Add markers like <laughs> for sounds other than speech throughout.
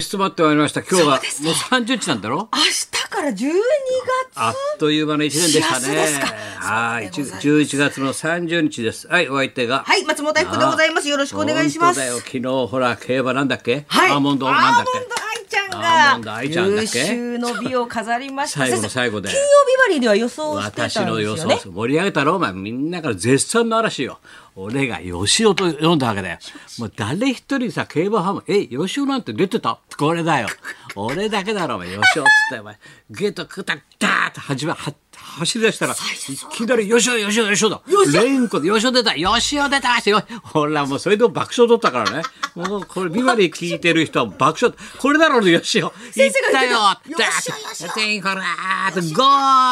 迫ってまいりました。今日はそうですねもう三十日なんだろ明日から12あっという間の一年でした幸せねですか。はい、そうでございます十一月の三十日です。はい、お相手が。はい、松本明子でございます。よろしくお願いします。本当だよ、昨日ほら競馬なんだっけ？はい、アーモンドなんだっアーモンドけ？愛ちアーモンド愛ちゃゃんんだがっ優け秀の美を飾りました。最後の先生最後で金曜日バリーでは予想してたんです私よね。の予想です盛り上げたろお前みんなから絶賛の嵐よ俺が吉尾と読んだわけだよもう誰一人さ競馬ファンも「え吉尾なんて出てた?」これだよ俺だけだろお前吉尾っつってお前ゲートくたダーッと始めは走り出したらいきなり「吉尾吉尾吉尾だレインコで吉尾出た吉尾出た!」ってよほらもうそれでも爆笑取ったからねもうこれビバリー聞いてる人は爆笑これだろうね吉尾行先っ生がたよ言ってダたー吉尾ッと吉尾全員ほらーっとゴ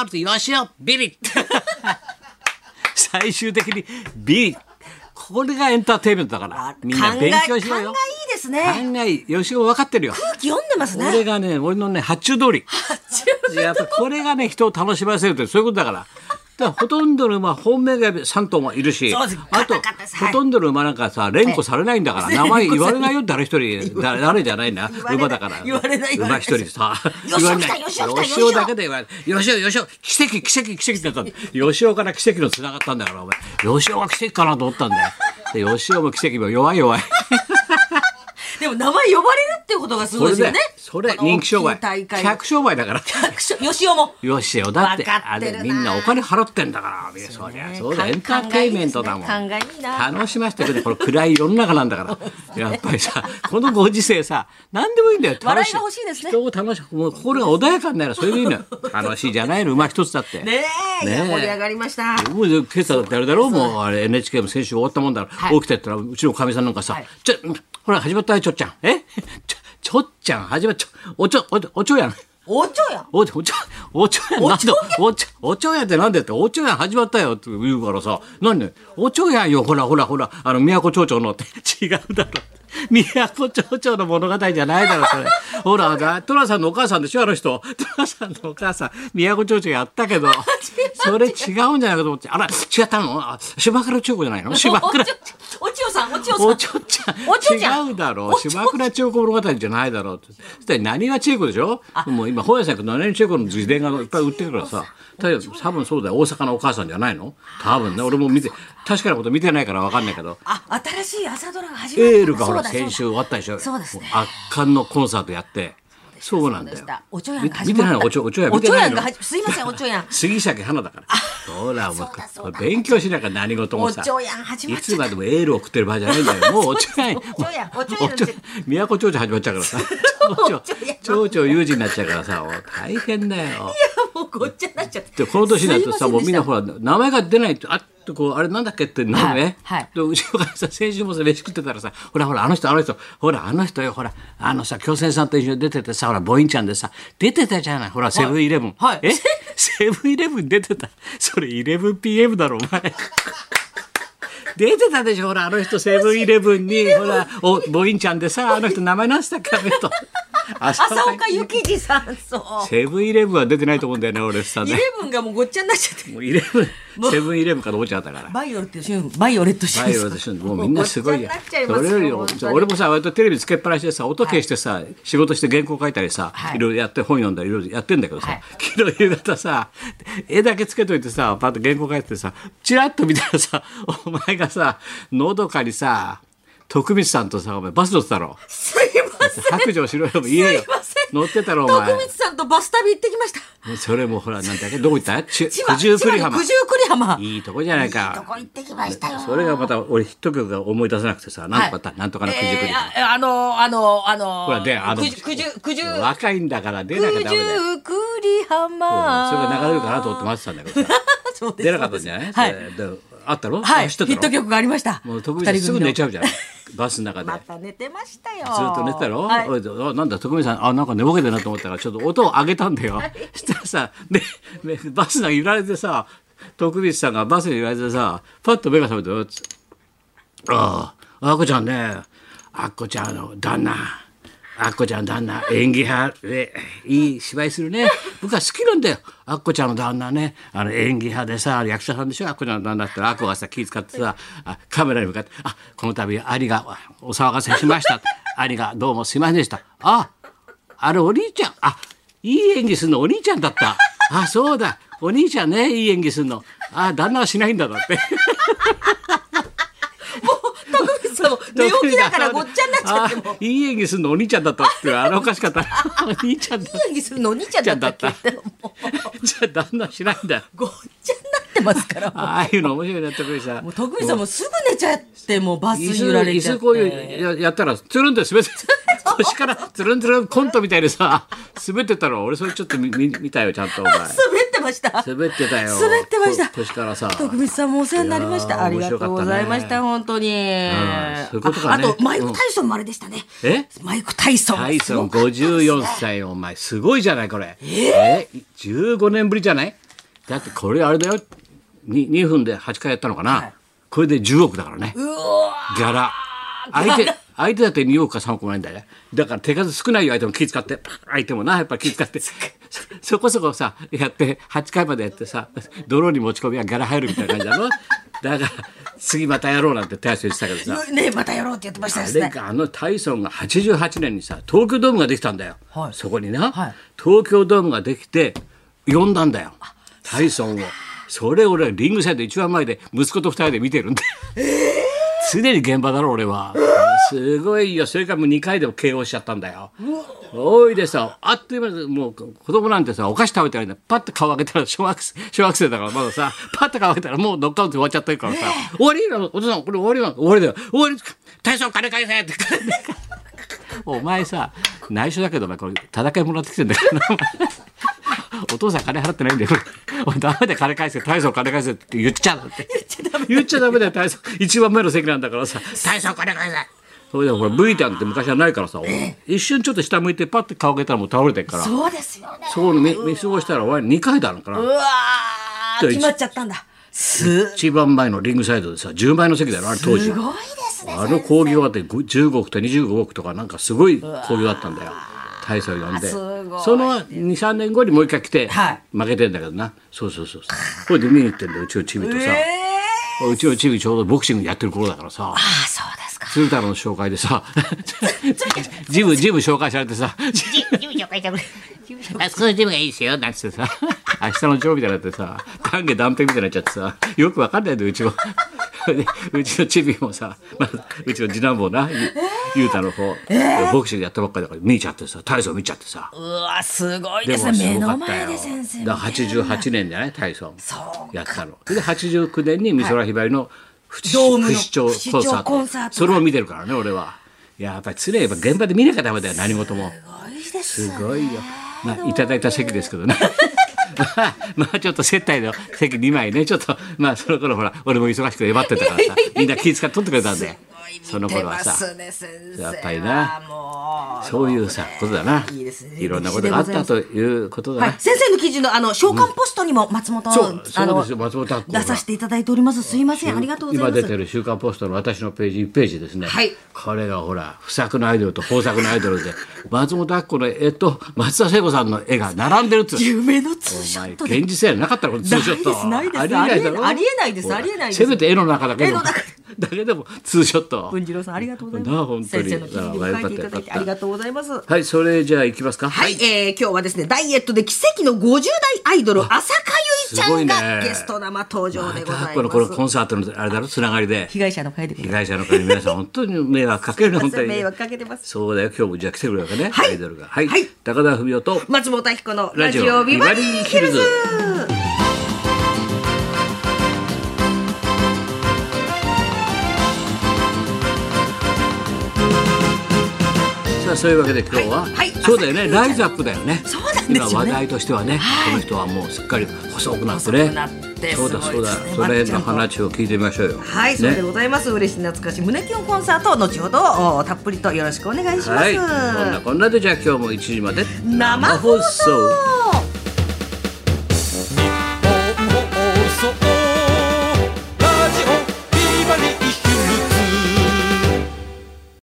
ールとよしおビリッ最終的にビリこれがエンターテインメントだからみんな勉強しろよ考えいいですね。考えよしお分かってるよ空気読んでますね。 <laughs> 俺がね俺のね発注通りやっぱこれがね人を楽しませるってそういうことだから。だからほとんどの馬本命が3頭もいるしそうですあとガタガタさほとんどの馬なんかさ連呼されないんだから名前言われないよ誰一人だ誰じゃないな言われない馬だから言われない馬言われない一人さよしお来たよしお来たよしおだけで言われないよしおよしお奇跡奇跡奇跡ってやったのよしおから奇跡のつながったんだからお前よしおが奇跡かなと思ったんだよでよしおも奇跡も弱い弱い。でも名前呼ばれるってことがすごこいでれすよでね。それ人気商売この大会。客商売だから。百姓よしおも。よしよだってわかあってるれなみんなお金払ってんだからいやそりゃそうだエンターテインメントだもん考えいいですね考えいいな楽しませてくれこれ暗い世の中なんだからやっぱりさこのご時世さ何でもいいんだよ楽笑いが欲しいですね人を楽しくもう心が穏やかになるそれでいいのよ楽しいじゃないの馬一つだってねえ、いやねえ盛り上がりました。もう今朝だってあれだろもうあれ NHK も先週終わったもんだろ、はい起きてったらうちのかみさんなんかさ「はいちょほら始まったよちょっちゃんえちょちょっちゃん始まっちょおちょおちょおちょやん」おちょやん。おちょ、おちょ、おちょやんなんだおちょ、おちょやんってなんでって、おちょやん始まったよって言うからさ、何ね、おちょやんよ、ほらほらほら、あの、都町長のって、 <laughs> 違うだろ。都町長の物語じゃないだろ、それ。ほら、だトラさんのお母さんでしょ、あの人。トラさんのお母さん、都町長やったけど、 <laughs> それ違うんじゃないかと思って、あら、違ったのあ、芝倉千代子じゃないの芝倉。おちょさん、おちょさん。おちょっちゃん <laughs> おちょちゃん違うだろおうちょ島倉千代子物語じゃないだろうってそしたら何は千代子でしょもう今本屋さん行くと何々千代子の自伝がいっぱい売ってるからさだけど多分そうだよ大阪のお母さんじゃないの多分ね俺も見て確かなこと見てないから分かんないけどあ、新しい朝ドラが始まった。エールがほらそうだそうだ先週終わったでしょそうですねも圧巻のコンサートやってそうなんだそようでしたおちょやん見が見始てまないった。のおちょおちょやんお見ちてょなやいんのがはじ、すいません、おちょやん。 <laughs> 杉咲花だから。ほら、もそうだそううだ勉強しなきゃ何事もさ。おちょやん始まっちいつゃったまでもエールを送ってる場合じゃないんだよ。もうおちょやん。そうだそうだおちょやんおちょやんおちょ都長々始まっちゃうからさ。おちょやん長々有事になっちゃうからさ、お大変だよ。もうごっちゃになっちゃって。でこの年になるとすさいまもうせみんでなしたほら名前が出ないとあっとこうあれなんだっけってなるね、はいはいでうちの会社先週もさ飯食ってたらさほらほらあの人あの人ほらあの人よほらあのさ京成さんと一緒に出ててさほらボインちゃんでさ出てたじゃないほらセブンイレブンはいえセブンイレブン出てたそれ 11PM だろお前出てたでしょほらあの人セブンイレブンにほらおボインちゃんでさあの人名前なんつったっけあの <laughs> 人朝岡ゆきじさん、そ <laughs> う。セブンイレブンは出てないと思うんだよね俺さイねレブンがもうごっちゃになっちゃって。もうイレブン、セブンイレブンから落ちちゃった <laughs> から。バイオレットシュン、バイオレットシュン。バイオレットシュンもうみんなすごいもうやごっちゃになっちゃいまそすれよよりも本当に俺もさ割とテレビつけっぱなしでさ音消してさ、仕事して原稿書いたりさ、はいい、ろいろやって本読んだりいろいろやってんだけどさ、はい昨日夕方さ絵だけつけといてさパッと原稿書いててさチラッと見たらさお前がさのどかにさ徳光さんとさお前バス乗ってたろすいません。白状しろよ言えよすいません。乗ってたろお前徳光さんとバス旅行ってきました。それもほらなんだっけどこ行ったち千葉、九千十九里葉の浜九十九里浜。いいとこじゃないかどこ行ってきましたよ。それがまた俺ヒット曲が思い出せなくてさ、なんとかった、なんとかのくじくりえ。ーああの、あの、あの、ほらであの九十九十九十若いんだから出なきゃ九ダメだよ。十九里浜。それが流れるかなと思って待ってたんだけどさ、そうです出なかったんじゃない？はいそれであったろ？はい、知ってヒたろット曲がありました。もう徳光さんすぐ寝ちゃう。ゃ <laughs> うじゃん。バスの中で。また寝てましたよ。ずずっと寝てたろ、はいおいあなんだ徳光さんあなんか寝ぼけてるなと思ったからちょっと音を上げたんだよ、したらさででバスが揺られてさ徳光さんがバスに揺られてさパッと目が覚めてつあああっこちゃんねあっこちゃんの旦那あっこちゃんの旦那演技派でいい芝居するね僕は好きなんだよあっこちゃんの旦那ねあの演技派でさ役者さんでしょあっこちゃんの旦那って言ったらあっこがさ気遣ってさあカメラに向かって「あこの度兄がお騒がせしました」「兄がどうもすいませんでした」ああれお兄ちゃん、あ、いい演技するのお兄ちゃんだった。あ、そうだ。お兄ちゃんね、いい演技するの。あ、旦那はしないんだだって。徳光さんも寝起きだからごっちゃになっちゃってもあいい演技するのお兄ちゃんだ <laughs> ったって、あれおかしかったな。お兄ちゃんだ。いい演技するのお兄ちゃんだったっけってもう <laughs> じゃあ旦那はしないんだ。ごっちゃになってますからもああいうの面白いな、徳光さん。う徳光さんもすぐ寝ちゃってもうバス椅に揺られ子、椅ちゃっ子こうていうややったら、つるんで滑って、腰からつるんつるんコントみたいでさ、滑ってたろ。俺それちょっと見見見たよ、ちゃんとお前。滑ってました滑ってたよ。滑ってましたこ腰からさ。徳光さんもお世話になりましいたやーありがとうございました本当にそういうことかねああとマイク・タイソンもあれでしたねえマイク・タイソンタイソンすごかったですね54歳お前すごいじゃないこれえ15年ぶりじゃないだってこれあれだよ 2, 2分で8回やったのかな、いこれで10億だからねうおーギャラ相手相手だって2億か3億もないんだよねだから手数少ないよ相手も気使って相手もなやっぱり気使 <laughs> ってそそこそこさやって8回までやってさドローに持ち込みはギャラ入るみたいな感じだろだから次またやろうなんて大将言ってたけどさねまたやろうって言ってましたあですれねかあのタイソンが88年にさ東京ドームができたんだよ、はいそこにな、はい東京ドームができて呼んだんだよタイソンをそれ俺リングサイド一番前で息子と二人で見てるんだよ、常に現場だろ俺は、すごいよそれからもう2回でも KO しちゃったんだよおいでさあっという間にもう子供なんてさお菓子食べてるんだパッと顔上げたら小学生小学生だからまださパッと顔上げたらもうノックアウトで終わっちゃってるからさ、終わりなのお父さんこれ終わりなの終わりだよ終わり大将金返せってお前さ内緒だけどお前これ戦いもらってきてんだからなお前お父さん金払ってないんだよお前ダメで金返せ大将金返せって言っちゃうって言っちゃダメだよ大将一番前の席なんだからさ大将金返せそれでほら V ターンって昔はないからさ一瞬ちょっと下向いてパッて顔上げたらもう倒れてるからそうですよねそう見見過ごしたらお前2回だのかうなわーじゃあ決まっちゃったんだす一番前のリングサイドでさ10倍の席だよあれ当時すごいですねあの興行があってご15億と25億とかなんかすごい興行だったんだよ大将呼んですごいその23年後にもう一回来てはい負けてんだけどなそうそうそうそうこれで見に行ってんだようちのチビとえさえうちのチビちょうどボクシングやってる頃だからさああそうですか鶴太郎の紹介でさジムジム紹介されてさあそこのジムがいいですよ、なんつ <laughs> ってさ、明日のジョーみたいになってさ、丹下断片みたいになっちゃってさ、よくわかんないんだよ、うちも。でうちのチビもさ、まあ、うちの次男坊な、ゆゆうたの方、ボクシングやったばっかりだから見ちゃってさ、体操見ちゃってさ。うわすごいででもすすね目ごかのった前よ。で先生だから88年じゃない体操そうやったの。で89年に美空ひばりの不死ドーム不の死鳥コンサ不死ー鳥トコンサートそれを見てるからね俺は。いややっぱり常にやっぱ現場で見なきゃダメだよ何事も。すごいですすごいよ。まあ、いただいた席ですけどね。 <laughs> まあ、まあ、ちょっと接待の席2枚ね、ちょっと、まあ、その頃ほら、俺も忙しく威張ってた <laughs> からさ、みんな気遣って取ってくれたんで、その頃はさ、ややっぱりなもうそういうさ、ことだな。いいですねいろんなことがあったということだはな。い、先生の記事のあの召喚ポストにも松本、そうあそうのですよ松本拓子出させていただいておりますすいませんありがとうございます今出てる「週刊ポスト」の私のページ1ページですね、はいこれがほら不作のアイドルと豊作のアイドルで松本明子の絵と松田聖子さんの絵が並んでるっつう夢のツーシおョ前ットで現実やなかったらこれツーショットないですないですりえだろありえないですほらありえないですせめて絵の中だけでも絵の中 <laughs> だけでもツーショット文次郎さんありがとうございなあま本す当に先生の記事にも書いていただいてあよありかったがとうございますははいそれじゃあ行きますかい、えー、今日はですねダイエットで奇跡の50代アイドル浅香唯ちゃんすごいねがゲスト生登場でございこのまこのすコンサートのあれだろつながりで被害者の会でござ被いま害者の方に皆さん本当に迷惑かけるな本当すに <laughs> 迷惑かけてますそうだよ今日もじゃあ来てくれるわけね、はいアイドルがはい、はい高田文夫と松本明子のララジジオオビバリーヒルズビバリさあそういうわけで今日は、はいはいそうだよねライズアップだよねそうなんですよね今話題としてはね、この人はもうすっかり細くなってね細くなってそうだすそごういでだすねそれまっちゃのんと話を聞いてみましょうよはい、それでございます。嬉しい懐かしい胸キュンコンサート、後ほどおたっぷりとよろしくお願いします。はい、こんなこんなでじゃあ今日も1時まで生放送。放送